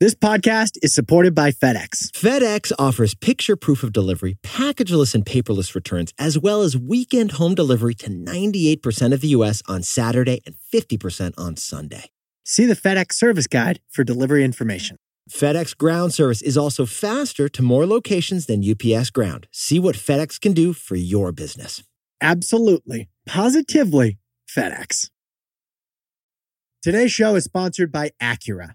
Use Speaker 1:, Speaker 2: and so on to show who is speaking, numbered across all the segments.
Speaker 1: This podcast is supported by FedEx.
Speaker 2: FedEx offers picture proof of delivery, packageless and paperless returns, as well as weekend home delivery to 98% of the U.S. on Saturday and 50% on Sunday.
Speaker 1: See the FedEx service guide for delivery information.
Speaker 2: FedEx Ground service is also faster to more locations than UPS Ground. See what FedEx can do for your business.
Speaker 1: Absolutely, positively, FedEx. Today's show is sponsored by Acura.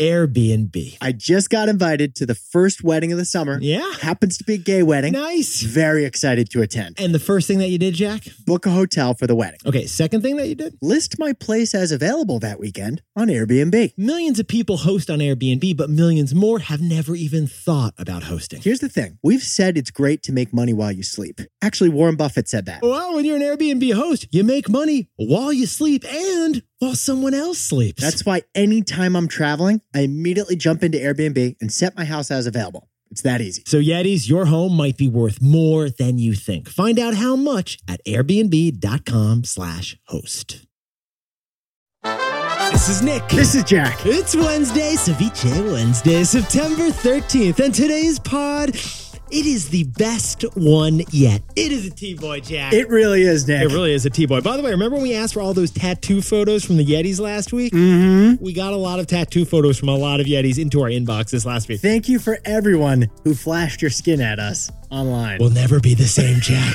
Speaker 2: Airbnb.
Speaker 1: I just got invited to the first wedding of the summer.
Speaker 2: Yeah.
Speaker 1: Happens to be a gay wedding.
Speaker 2: Nice.
Speaker 1: Very excited to attend.
Speaker 2: And the first thing that you did, Jack?
Speaker 1: Book a hotel for the wedding.
Speaker 2: Okay, second thing that you did?
Speaker 1: List my place as available that weekend on Airbnb.
Speaker 2: Millions of people host on Airbnb, but millions more have never even thought about hosting.
Speaker 1: Here's the thing we've said it's great to make money while you sleep. Actually, Warren Buffett said that.
Speaker 2: Well, when you're an Airbnb host, you make money while you sleep and while someone else sleeps.
Speaker 1: That's why anytime I'm traveling, I immediately jump into Airbnb and set my house as available. It's that easy.
Speaker 2: So, Yetis, your home might be worth more than you think. Find out how much at airbnb.com/slash host. This is Nick.
Speaker 1: This is Jack.
Speaker 2: It's Wednesday, Ceviche Wednesday, September 13th, and today's pod, it is the best one yet. It is a T-Boy Jack.
Speaker 1: It really is, Nick.
Speaker 2: It really is a T-boy. By the way, remember when we asked for all those tattoo photos from the Yetis last week?
Speaker 1: Mhm.
Speaker 2: We got a lot of tattoo photos from a lot of Yetis into our inbox this last week.
Speaker 1: Thank you for everyone who flashed your skin at us online.
Speaker 2: We'll never be the same, Jack.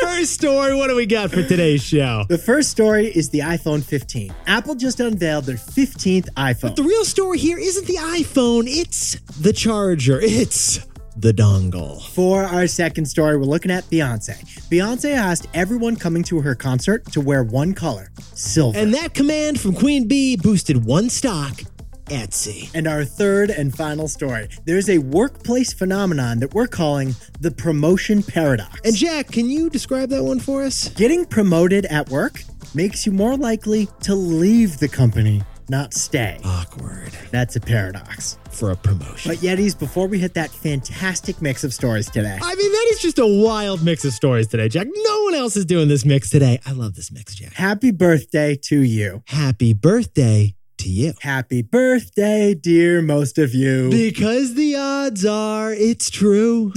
Speaker 2: First story, what do we got for today's show?
Speaker 1: the first story is the iPhone 15. Apple just unveiled their 15th iPhone.
Speaker 2: The real story here isn't the iPhone, it's the charger, it's the dongle.
Speaker 1: For our second story, we're looking at Beyonce. Beyonce asked everyone coming to her concert to wear one color, silver.
Speaker 2: And that command from Queen Bee boosted one stock, Etsy.
Speaker 1: And our third and final story there's a workplace phenomenon that we're calling the promotion paradox.
Speaker 2: And Jack, can you describe that one for us?
Speaker 1: getting promoted at work makes you more likely to leave the company, not stay.
Speaker 2: Awkward
Speaker 1: That's a paradox.
Speaker 2: for a promotion.
Speaker 1: But Yetis, before we hit that fantastic mix of stories today,
Speaker 2: I mean, that is just a wild mix of stories today, Jack. No one else is doing this mix today. I love this mix, Jack.
Speaker 1: happy birthday to you.
Speaker 2: Happy birthday to you.
Speaker 1: Happy birthday, dear most of you.
Speaker 2: Because the odds are it's true.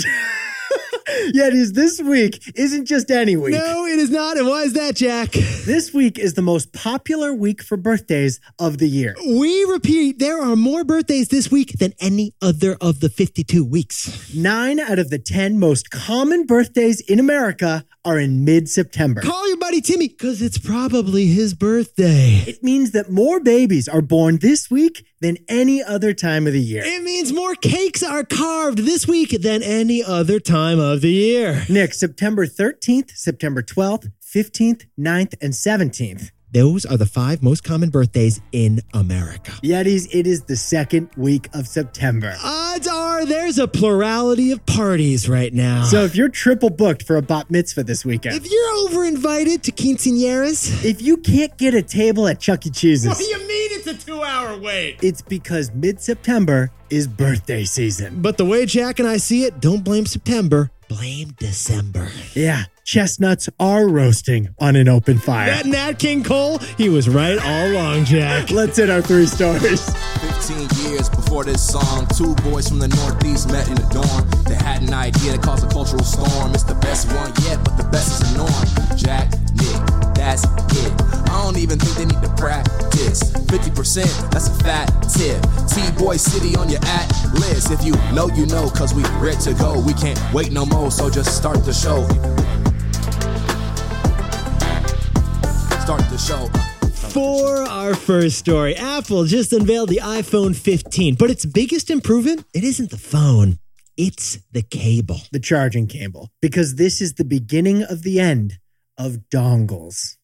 Speaker 1: Yetis, this week isn't just any week.
Speaker 2: No, it is not. And why is that, Jack?
Speaker 1: This week is the most popular week for birthdays of the year.
Speaker 2: We repeat, there are more birthdays this week than any other of the 52 weeks.
Speaker 1: Nine out of the 10 most common birthdays in America are in mid September.
Speaker 2: Call your buddy Timmy because it's probably his birthday.
Speaker 1: It means that more babies are born this week than any other time of the year.
Speaker 2: It means more cakes are carved this week than any other time of the year.
Speaker 1: Nick, September 13th, September 12th, 15th, 9th, and 17th.
Speaker 2: Those are the five most common birthdays in America.
Speaker 1: Yetis, it is the second week of September.
Speaker 2: Odds are there's a plurality of parties right now.
Speaker 1: So if you're triple booked for a bat mitzvah this weekend,
Speaker 2: if you're over invited to quinceañeras,
Speaker 1: if you can't get a table at Chuck E. Cheese's,
Speaker 2: Oh, you mean it's a two hour wait?
Speaker 1: it's because mid September is birthday season.
Speaker 2: But the way Jack and I see it, don't blame September, blame December.
Speaker 1: Yeah, chestnuts are roasting on an open fire.
Speaker 2: That Nat King Cole, he was right all along, Jack.
Speaker 1: Let's hit our three stars.
Speaker 3: 15 years before this song, two boys from the Northeast met in the dorm. They had an idea that caused a cultural storm. It's the best one yet, but the best is the norm. Jack, Nick, that's it. I don't even think they need to practice. 50%, that's a fat tip. T-Boy City on your at list. If you know, you know, cause we ready to go. We can't wait no more, so just start the show. Start the show.
Speaker 2: For our first story, Apple just unveiled the iPhone 15, but its biggest improvement, it isn't the phone, it's the cable.
Speaker 1: The charging cable, because this is the beginning of the end of dongles.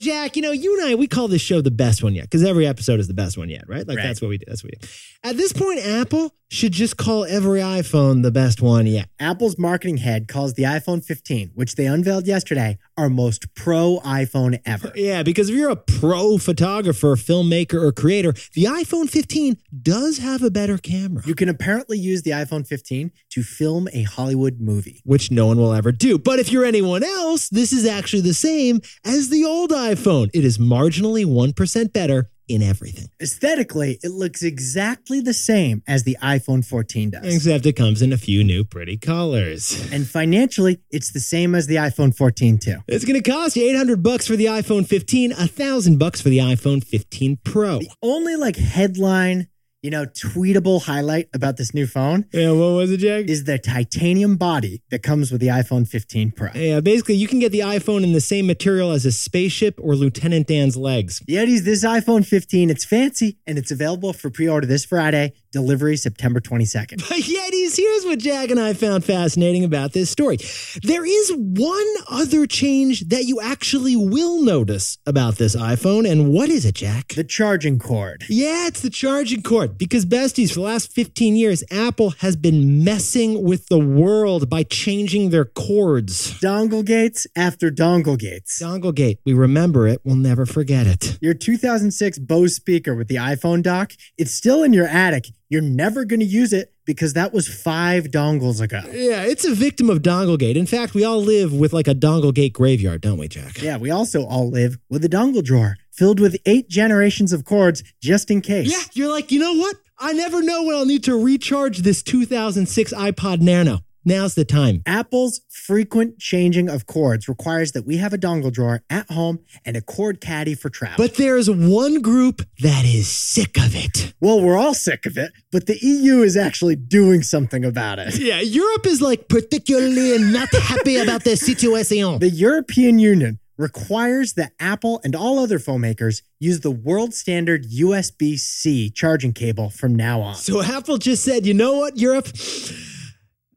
Speaker 2: Jack, you know, you and I, we call this show the best one yet because every episode is the best one yet, right? Like
Speaker 1: Right.
Speaker 2: that's what we do. That's what we do. At this point, Apple should just call every iPhone the best one yet.
Speaker 1: Apple's marketing head calls the iPhone 15, which they unveiled yesterday, our most pro iPhone ever.
Speaker 2: Yeah, because if you're a pro photographer, filmmaker, or creator, the iPhone 15 does have a better camera,
Speaker 1: You can apparently use the iPhone 15 to film a Hollywood movie.
Speaker 2: which no one will ever do. But if you're anyone else, this is actually the same as the old iPhone. It is marginally 1% better in everything,
Speaker 1: Aesthetically, it looks exactly the same as the iPhone 14 does.
Speaker 2: except it comes in a few new pretty colors.
Speaker 1: And financially, it's the same as the iPhone 14 too.
Speaker 2: It's going to cost you 800 bucks for the iPhone 15, 1000 bucks for the iPhone 15 Pro.
Speaker 1: The only like headline, you know, tweetable highlight about this new phone
Speaker 2: Yeah, what was it, Jack?
Speaker 1: is the titanium body that comes with the iPhone 15 Pro.
Speaker 2: Yeah, basically, you can get the iPhone in the same material as a spaceship or Lieutenant Dan's legs.
Speaker 1: Yetis, this iPhone 15, it's fancy and it's available for pre-order this Friday, delivery September 22nd.
Speaker 2: But Yetis, here's what Jack and I found fascinating about this story. There is one other change that you actually will notice about this iPhone, and what is it, Jack?
Speaker 1: The charging cord.
Speaker 2: Yeah, it's the charging cord. Because, besties, for the last 15 years, Apple has been messing with the world by changing their cords.
Speaker 1: Dongle gates after dongle gates.
Speaker 2: Dongle Gate, we remember it, we'll never forget it.
Speaker 1: Your 2006 Bose speaker with the iPhone dock, it's still in your attic. You're never going to use it because that was five dongles ago.
Speaker 2: Yeah, it's a victim of Dongle Gate. In fact, we all live with like a Dongle Gate graveyard, don't we, Jack?
Speaker 1: Yeah, we also all live with a dongle drawer filled with eight generations of cords just in case.
Speaker 2: Yeah, you're like, you know what? I never know when I'll need to recharge this 2006 iPod Nano. Now's the time.
Speaker 1: Apple's frequent changing of cords requires that we have a dongle drawer at home and a cord caddy for travel.
Speaker 2: But there's one group that is sick of it.
Speaker 1: well, we're all sick of it, but the EU is actually doing something about it.
Speaker 2: Yeah, Europe is like particularly not happy about their situation.
Speaker 1: The European Union requires that Apple and all other phone makers use the world standard USB C charging cable from now on.
Speaker 2: So Apple just said, you know what, Europe?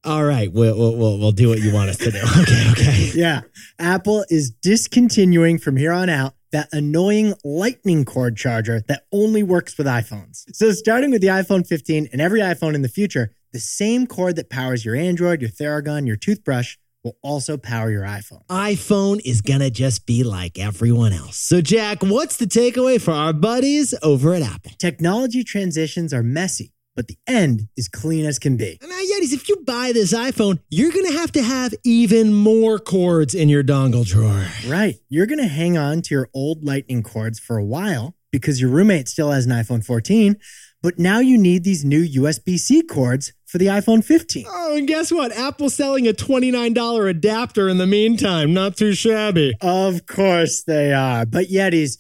Speaker 2: All right, we'll, we'll, we'll, we'll do what you want us to do. Okay, okay.
Speaker 1: Yeah. Apple is discontinuing from here on out that annoying lightning cord charger that only works with iPhones. So, starting with the iPhone 15 and every iPhone in the future, the same cord that powers your Android, your Theragun, your toothbrush will also power your iPhone.
Speaker 2: iPhone is gonna just be like everyone else. So, Jack, what's the takeaway for our buddies over at Apple?
Speaker 1: Technology transitions are messy, but the end is clean as can be.
Speaker 2: Now, Yetis, if you buy this iPhone, you're going to have to have even more cords in your dongle drawer.
Speaker 1: Right. You're going to hang on to your old lightning cords for a while because your roommate still has an iPhone 14, but now you need these new USB C cords for the iPhone 15.
Speaker 2: Oh, and guess what? Apple's selling a $29 adapter in the meantime. Not too shabby.
Speaker 1: Of course they are. But Yetis,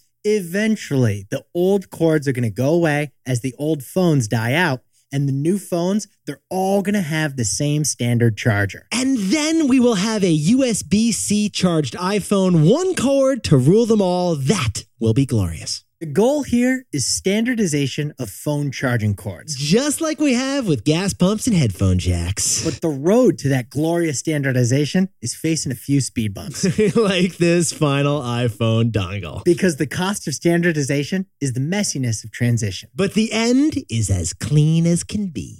Speaker 1: eventually the old cords are going to go away as the old phones die out. And the new phones, they're all going to have the same standard charger.
Speaker 2: And then we will have a USB C charged iPhone, one cord to rule them all. That will be glorious.
Speaker 1: The goal here is standardization of phone charging cords.
Speaker 2: Just like we have with gas pumps and headphone jacks.
Speaker 1: But the road to that glorious standardization is facing a few speed bumps
Speaker 2: like this final iPhone dongle.
Speaker 1: because the cost of standardization is the messiness of transition.
Speaker 2: But the end is as clean as can be.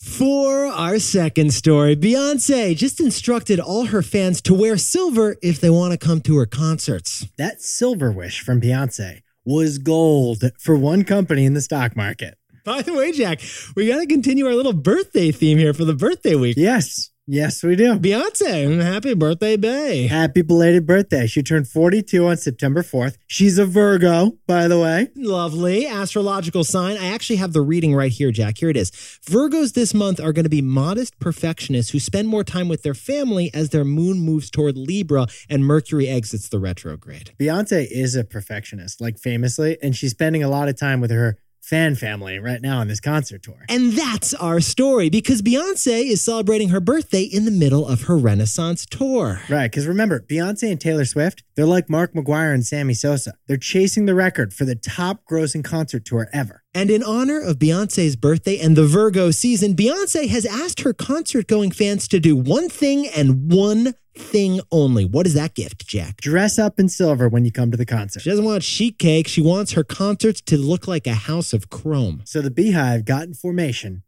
Speaker 2: For our second story, Beyonce just instructed all her fans to wear silver if they want to come to her concerts.
Speaker 1: That silver wish from Beyonce was gold for one company in the stock market.
Speaker 2: By the way, Jack, we got to continue our little birthday theme here for the birthday week.
Speaker 1: Yes, yes, we do.
Speaker 2: Beyonce, happy birthday, Bay.
Speaker 1: Happy belated birthday. She turned 42 on September 4th. She's a Virgo, by the way.
Speaker 2: Lovely astrological sign. I actually have the reading right here, Jack. Here it is. Virgos this month are going to be modest perfectionists who spend more time with their family as their moon moves toward Libra and Mercury exits the retrograde.
Speaker 1: Beyonce is a perfectionist, like famously, and she's spending a lot of time with her fan family right now on this concert tour.
Speaker 2: And that's our story because Beyonce is celebrating her birthday in the middle of her Renaissance tour.
Speaker 1: Right, because remember, Beyonce and Taylor Swift, they're like Mark McGuire and Sammy Sosa. They're chasing the record for the top grossing concert tour ever.
Speaker 2: And in honor of Beyonce's birthday and the Virgo season, Beyonce has asked her concert going fans to do one thing and one thing only. What is that gift, Jack?
Speaker 1: Dress up in silver when you come to the concert.
Speaker 2: She doesn't want sheet cake. She wants her concerts to look like a house of chrome.
Speaker 1: So the Beehive got in formation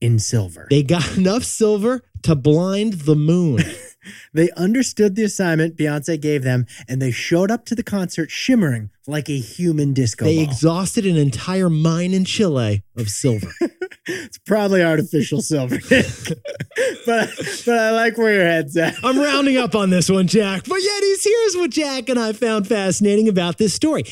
Speaker 1: in silver.
Speaker 2: They got enough silver to blind the moon.
Speaker 1: They understood the assignment Beyonce gave them, and they showed up to the concert shimmering like a human disco
Speaker 2: they
Speaker 1: ball.
Speaker 2: exhausted an entire mine in Chile of silver.
Speaker 1: it's probably artificial silver, but but I like where your head's at.
Speaker 2: I'm rounding up on this one, Jack. But yet, he's- here's what Jack and I found fascinating about this story.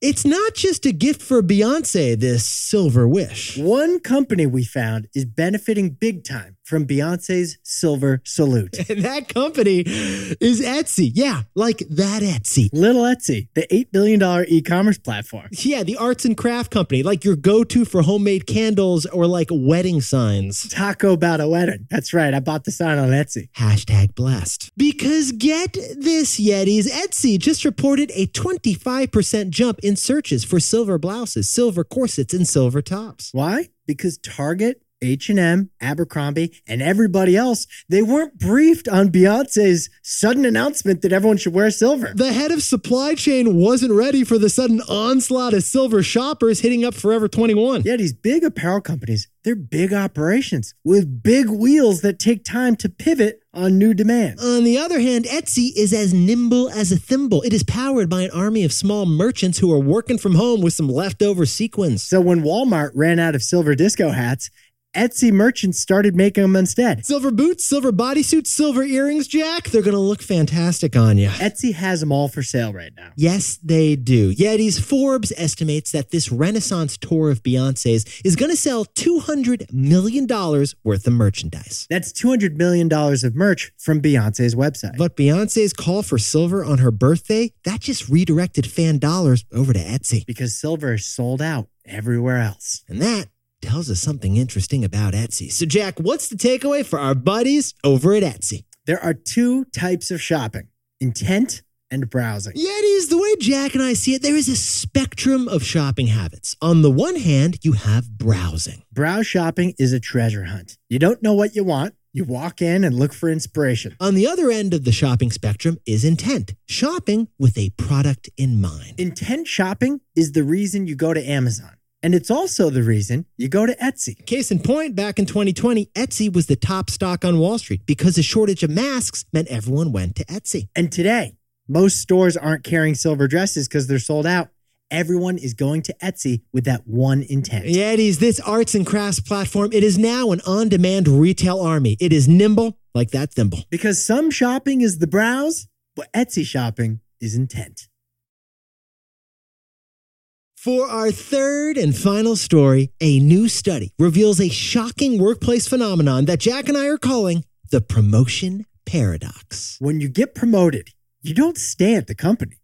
Speaker 2: It's not just a gift for Beyonce, this silver wish.
Speaker 1: One company we found is benefiting big time from Beyonce's silver salute.
Speaker 2: And that company is Etsy. Yeah, like that Etsy.
Speaker 1: Little Etsy, the $8 billion e commerce platform.
Speaker 2: Yeah, the arts and craft company, like your go to for homemade candles or like wedding signs.
Speaker 1: Taco about a wedding. That's right. I bought the sign on Etsy.
Speaker 2: Hashtag blessed. Because get this, Yetis, Etsy just reported a 25% jump in searches for silver blouses, silver corsets, and silver tops.
Speaker 1: Why? Because Target, H&M, Abercrombie, and everybody else, they weren't briefed on Beyonce's sudden announcement that everyone should wear silver.
Speaker 2: The head of supply chain wasn't ready for the sudden onslaught of silver shoppers hitting up Forever 21.
Speaker 1: Yeah, these big apparel companies, they're big operations with big wheels that take time to pivot on new demand.
Speaker 2: On the other hand, Etsy is as nimble as a thimble. It is powered by an army of small merchants who are working from home with some leftover sequins.
Speaker 1: So when Walmart ran out of silver disco hats, Etsy merchants started making them instead.
Speaker 2: Silver boots, silver bodysuits, silver earrings, Jack. They're going to look fantastic on you.
Speaker 1: Etsy has them all for sale right now.
Speaker 2: Yes, they do. Yetis Forbes estimates that this Renaissance tour of Beyonce's is going to sell $200 million worth of merchandise.
Speaker 1: That's $200 million of merch from Beyonce's website.
Speaker 2: But Beyonce's call for silver on her birthday, that just redirected fan dollars over to Etsy.
Speaker 1: because silver is sold out everywhere else.
Speaker 2: And that tells us something interesting about Etsy. So, Jack, what's the takeaway for our buddies over at Etsy?
Speaker 1: There are two types of shopping intent and browsing.
Speaker 2: Yetis, the way Jack and I see it, there is a spectrum of shopping habits. On the one hand, you have browsing.
Speaker 1: Browse shopping is a treasure hunt. You don't know what you want, you walk in and look for inspiration.
Speaker 2: On the other end of the shopping spectrum is intent, shopping with a product in mind.
Speaker 1: Intent shopping is the reason you go to Amazon, and it's also the reason you go to Etsy.
Speaker 2: Case in point, back in 2020, Etsy was the top stock on Wall Street because a shortage of masks meant everyone went to Etsy.
Speaker 1: And today, most stores aren't carrying silver dresses because they're sold out. Everyone is going to Etsy with that one intent.
Speaker 2: Yetis, this arts and crafts platform, it is now an on-demand retail army. It is nimble like that thimble.
Speaker 1: Because some shopping is the browse, but Etsy shopping is intent.
Speaker 2: For our third and final story, a new study reveals a shocking workplace phenomenon that Jack and I are calling the promotion paradox.
Speaker 1: When you get promoted, you don't stay at the company.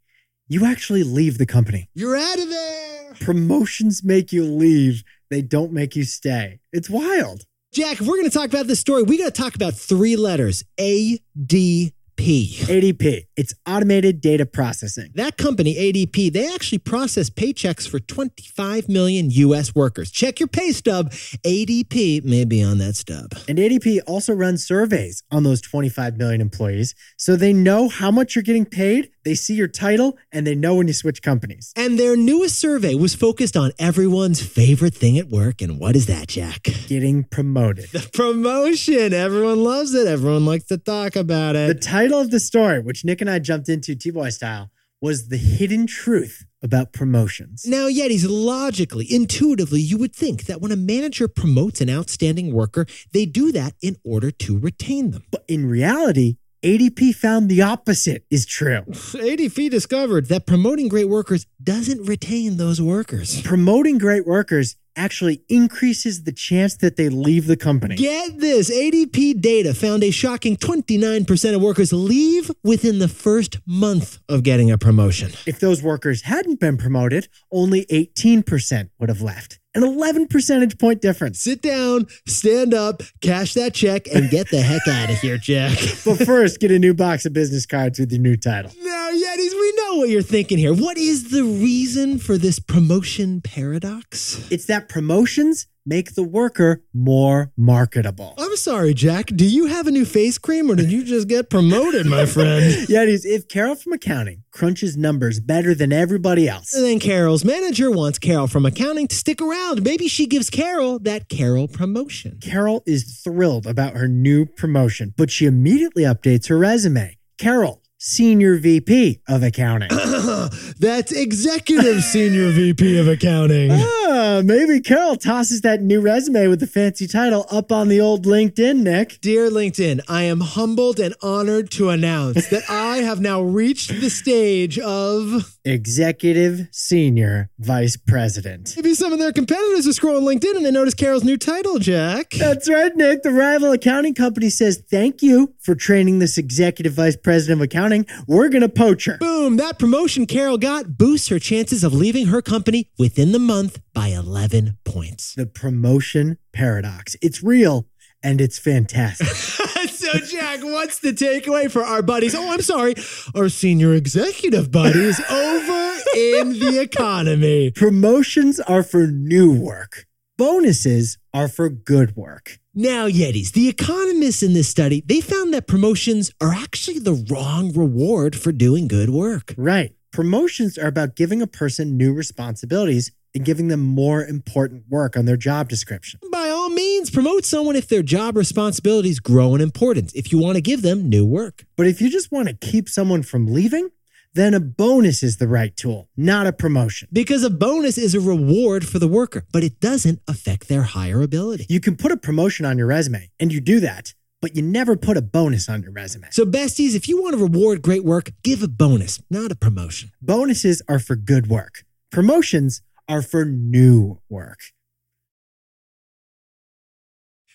Speaker 1: You actually leave the company.
Speaker 2: You're out of there!
Speaker 1: Promotions make you leave, they don't make you stay. It's wild.
Speaker 2: Jack, if we're going to talk about this story, we got to talk about three letters ADP.
Speaker 1: ADP, it's automated data processing.
Speaker 2: That company, ADP, they actually process paychecks for 25 million US workers. Check your pay stub. ADP may be on that stub.
Speaker 1: And ADP also runs surveys on those 25 million employees so they know how much you're getting paid, they see your title, and they know when you switch companies.
Speaker 2: And their newest survey was focused on everyone's favorite thing at work. And what is that, Jack?
Speaker 1: Getting promoted.
Speaker 2: The promotion. Everyone loves it. Everyone likes to talk about
Speaker 1: The
Speaker 2: it.
Speaker 1: title of the story, which Nick and I jumped into T Boy style, was The Hidden Truth About Promotions.
Speaker 2: Now, Yetis, logically, intuitively, you would think that when a manager promotes an outstanding worker, they do that in order to retain them.
Speaker 1: But in reality, ADP found the opposite is true.
Speaker 2: ADP discovered that promoting great workers doesn't retain those workers.
Speaker 1: Promoting great workers actually increases the chance that they leave the company.
Speaker 2: Get this ADP data found a shocking 29% of workers leave within the first month of getting a promotion.
Speaker 1: If those workers hadn't been promoted, only 18% would have left. An 11 percentage point difference.
Speaker 2: Sit down, stand up, cash that check, and get the heck out of here, Jack.
Speaker 1: But first, get a new box of business cards with your new title.
Speaker 2: Now, Yetis, we know know what you're thinking here. What is the reason for this promotion paradox?
Speaker 1: It's that promotions make the worker more marketable.
Speaker 2: I'm sorry, Jack. Do you have a new face cream or did you just get promoted, my friend?
Speaker 1: Yetis, if Carol from accounting crunches numbers better than everybody else,
Speaker 2: And then Carol's manager wants Carol from accounting to stick around. Maybe she gives Carol that Carol promotion.
Speaker 1: Carol is thrilled about her new promotion, but she immediately updates her resume. Carol, Senior VP of Accounting.
Speaker 2: That's executive senior VP of accounting.
Speaker 1: ah, maybe Carol tosses that new resume with the fancy title up on the old LinkedIn, Nick.
Speaker 2: Dear LinkedIn, I am humbled and honored to announce that I have now reached the stage of
Speaker 1: Executive Senior Vice President.
Speaker 2: maybe some of their competitors are scrolling LinkedIn and they notice Carol's new title, Jack.
Speaker 1: That's right, Nick. The rival accounting company says, Thank you for training this executive vice president of accounting. We're going to poach her.
Speaker 2: Boom, that promotion Carol got boosts her chances of leaving her company within the month by 11 points.
Speaker 1: The promotion paradox. It's real and it's fantastic.
Speaker 2: so, Jack, what's the takeaway for our buddies? Oh, I'm sorry. Our senior executive buddies over in the economy.
Speaker 1: Promotions are for new work, bonuses are for good work.
Speaker 2: Now, Yetis, the economists in this study, they found that promotions are actually the wrong reward for doing good work.
Speaker 1: Right. Promotions are about giving a person new responsibilities and giving them more important work on their job description.
Speaker 2: By all means, promote someone if their job responsibilities grow in importance, if you want to give them new work.
Speaker 1: But if you just want to keep someone from leaving, then a bonus is the right tool, not a promotion.
Speaker 2: Because a bonus is a reward for the worker, but it doesn't affect their hireability.
Speaker 1: You can put a promotion on your resume, and you do that, but you never put a bonus on your resume.
Speaker 2: So, besties, if you want to reward great work, give a bonus, not a promotion.
Speaker 1: Bonuses are for good work, promotions are for new work.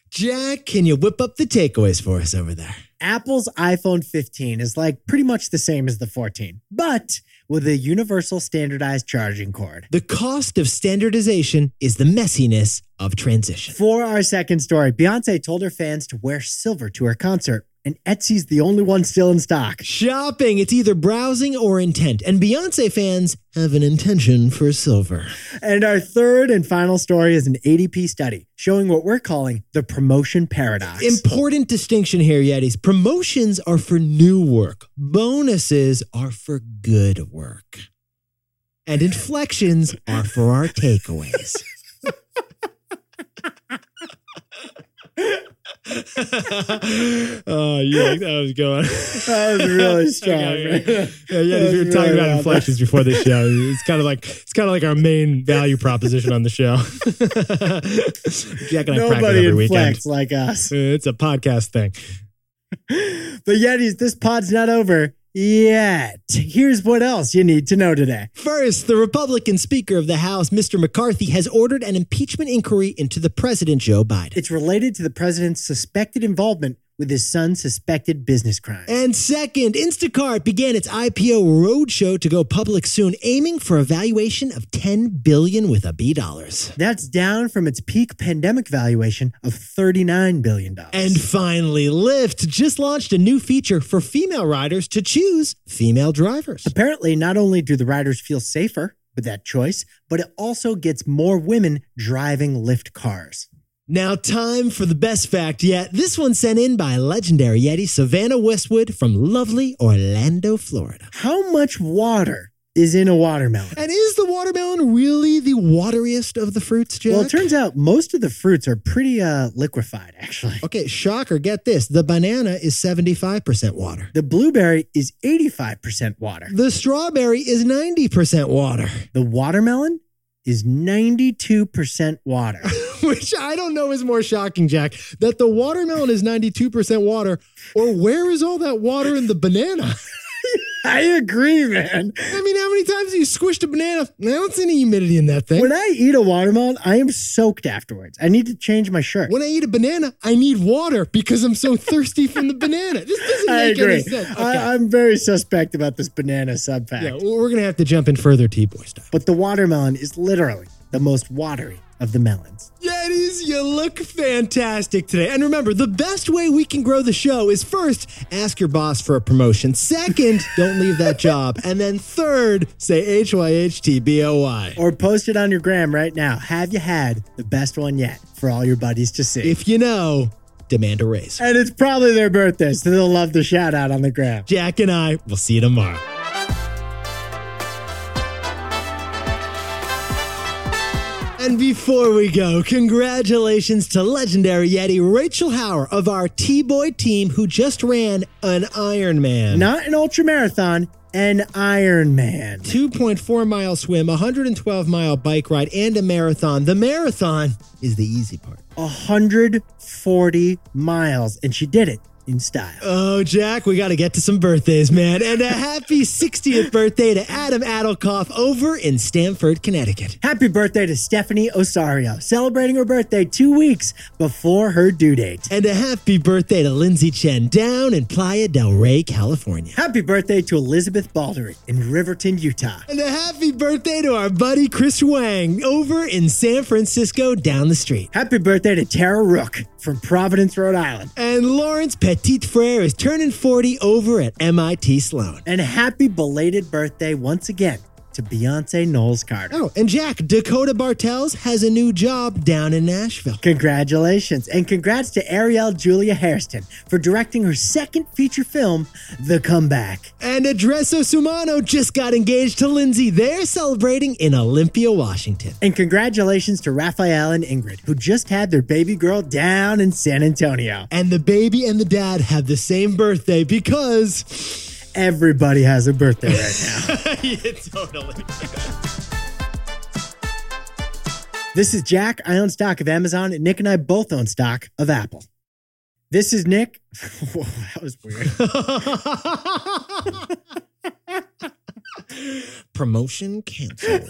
Speaker 2: Jack, can you whip up the takeaways for us over there?
Speaker 1: Apple's iPhone 15 is like pretty much the same as the 14, but with a universal standardized charging cord.
Speaker 2: The cost of standardization is the messiness of transition.
Speaker 1: For our second story, Beyonce told her fans to wear silver to her concert, and Etsy's the only one still in stock.
Speaker 2: Shopping, it's either browsing or intent, and Beyonce fans have an intention for silver.
Speaker 1: And our third and final story is an ADP study showing what we're calling the promotion paradox.
Speaker 2: Important distinction here, Yetis. Promotions are for new work, bonuses are for good work, and inflections are for our takeaways. oh, you like that was going.
Speaker 1: that was really strong.
Speaker 2: Okay,
Speaker 1: right?
Speaker 2: Yeah, yeah.
Speaker 1: That
Speaker 2: We were
Speaker 1: was
Speaker 2: talking
Speaker 1: really
Speaker 2: about
Speaker 1: loud.
Speaker 2: inflections before this show. It's kind of like it's kind of like our main value proposition on the show. Jack and I practice
Speaker 1: Nobody
Speaker 2: every weekend.
Speaker 1: inflects like us.
Speaker 2: It's a podcast thing.
Speaker 1: But Yetis, this pod's not over yet. Here's what else you need to know today.
Speaker 2: First, the Republican Speaker of the House, Mr. McCarthy, has ordered an impeachment inquiry into the President Joe Biden.
Speaker 1: It's related to the president's suspected involvement with his son's suspected business crimes.
Speaker 2: And second, Instacart began its IPO roadshow to go public soon, aiming for a valuation of 10 billion with a B dollars.
Speaker 1: That's down from its peak pandemic valuation of $39 billion.
Speaker 2: And finally, Lyft just launched a new feature for female riders to choose female drivers.
Speaker 1: apparently, not only do the riders feel safer with that choice, but it also gets more women driving Lyft cars.
Speaker 2: Now, time for the best fact yet. This one sent in by legendary Yeti Savannah Westwood from lovely Orlando, Florida.
Speaker 1: How much water is in a watermelon?
Speaker 2: And is the watermelon really the wateriest of the fruits, Jack?
Speaker 1: Well, it turns out most of the fruits are pretty uh, liquefied, actually.
Speaker 2: okay, shocker, get this. The banana is 75% water.
Speaker 1: The blueberry is 85% water.
Speaker 2: The strawberry is 90% water,
Speaker 1: The watermelon is 92% water.
Speaker 2: which I don't know is more shocking, Jack, that the watermelon is 92% water, or where is all that water in the banana?
Speaker 1: I agree, man.
Speaker 2: I mean, how many times have you squished a banana? I don't see any humidity in that thing.
Speaker 1: When I eat a watermelon, I am soaked afterwards. I need to change my shirt.
Speaker 2: When I eat a banana, I need water because I'm so thirsty from the banana. This doesn't
Speaker 1: I
Speaker 2: make
Speaker 1: agree.
Speaker 2: any sense. Okay.
Speaker 1: I, I'm very suspect about this banana sub fact.
Speaker 2: yeah, we're going to have to jump in further T-Boy style.
Speaker 1: But the watermelon is literally the most watery of the melons.
Speaker 2: Yetis, you look fantastic today. And remember, the best way we can grow the show is first, ask your boss for a promotion. Second, don't leave that job. And then third, say H Y H T B O Y.
Speaker 1: Or post it on your gram right now. Have you had the best one yet for all your buddies to see?
Speaker 2: If you know, demand a raise.
Speaker 1: and it's probably their birthday, so they'll love the shout out on the gram.
Speaker 2: Jack and I will see you tomorrow. And before we go, congratulations to legendary Yeti Rachel Hauer of our T Boy team who just ran an Ironman.
Speaker 1: Not an ultra marathon, an Iron Man.
Speaker 2: 2.4 mile swim, 112 mile bike ride, and a marathon. The marathon is the easy part.
Speaker 1: 140 miles, and she did it in style.
Speaker 2: Oh, Jack, we got to get to some birthdays, man. And a happy 60th birthday to Adam Adelkoff over in Stamford, Connecticut.
Speaker 1: Happy birthday to Stephanie Osario, celebrating her birthday two weeks before her due date.
Speaker 2: And a happy birthday to Lindsay Chen down in Playa del Rey, California.
Speaker 1: Happy birthday to Elizabeth Baldry in Riverton, Utah.
Speaker 2: And a happy birthday to our buddy Chris Wang over in San Francisco down the street.
Speaker 1: Happy birthday to Tara Rook from Providence, Rhode Island.
Speaker 2: And Lawrence Petit Frere is turning 40 over at MIT Sloan.
Speaker 1: And happy belated birthday once again to Beyonce Knowles Carter.
Speaker 2: Oh, and Jack, Dakota Bartels has a new job down in Nashville.
Speaker 1: Congratulations, and congrats to Ariel Julia Hairston for directing her second feature film, The Comeback.
Speaker 2: And Adresso Sumano just got engaged to Lindsay. They're celebrating in Olympia, Washington.
Speaker 1: And congratulations to Raphael and Ingrid, who just had their baby girl down in San Antonio.
Speaker 2: And the baby and the dad have the same birthday because.
Speaker 1: Everybody has a birthday right now.
Speaker 2: yeah, totally.
Speaker 1: This is Jack. I own stock of Amazon. and Nick and I both own stock of Apple. This is Nick. Whoa, that was weird.
Speaker 2: Promotion canceled.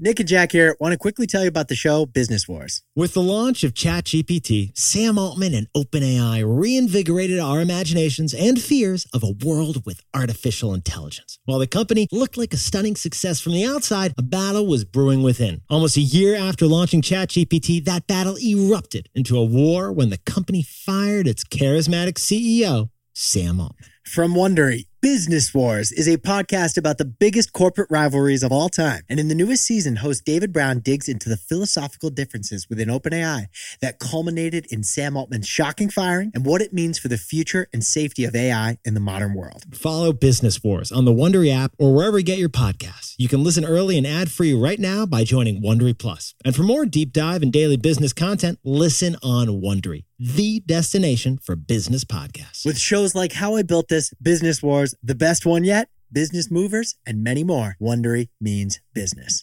Speaker 1: Nick and Jack here want to quickly tell you about the show Business Wars.
Speaker 2: With the launch of ChatGPT, Sam Altman and OpenAI reinvigorated our imaginations and fears of a world with artificial intelligence. While the company looked like a stunning success from the outside, a battle was brewing within. Almost a year after launching ChatGPT, that battle erupted into a war when the company fired its charismatic CEO, Sam Altman.
Speaker 1: From Wondery, Business Wars is a podcast about the biggest corporate rivalries of all time. And in the newest season, host David Brown digs into the philosophical differences within OpenAI that culminated in Sam Altman's shocking firing and what it means for the future and safety of AI in the modern world.
Speaker 2: Follow Business Wars on the Wondery app or wherever you get your podcasts. You can listen early and ad free right now by joining Wondery Plus. And for more deep dive and daily business content, listen on Wondery, the destination for business podcasts.
Speaker 1: With shows like How I Built This, Business Wars, The Best One Yet, Business Movers, and many more, Wondery means business.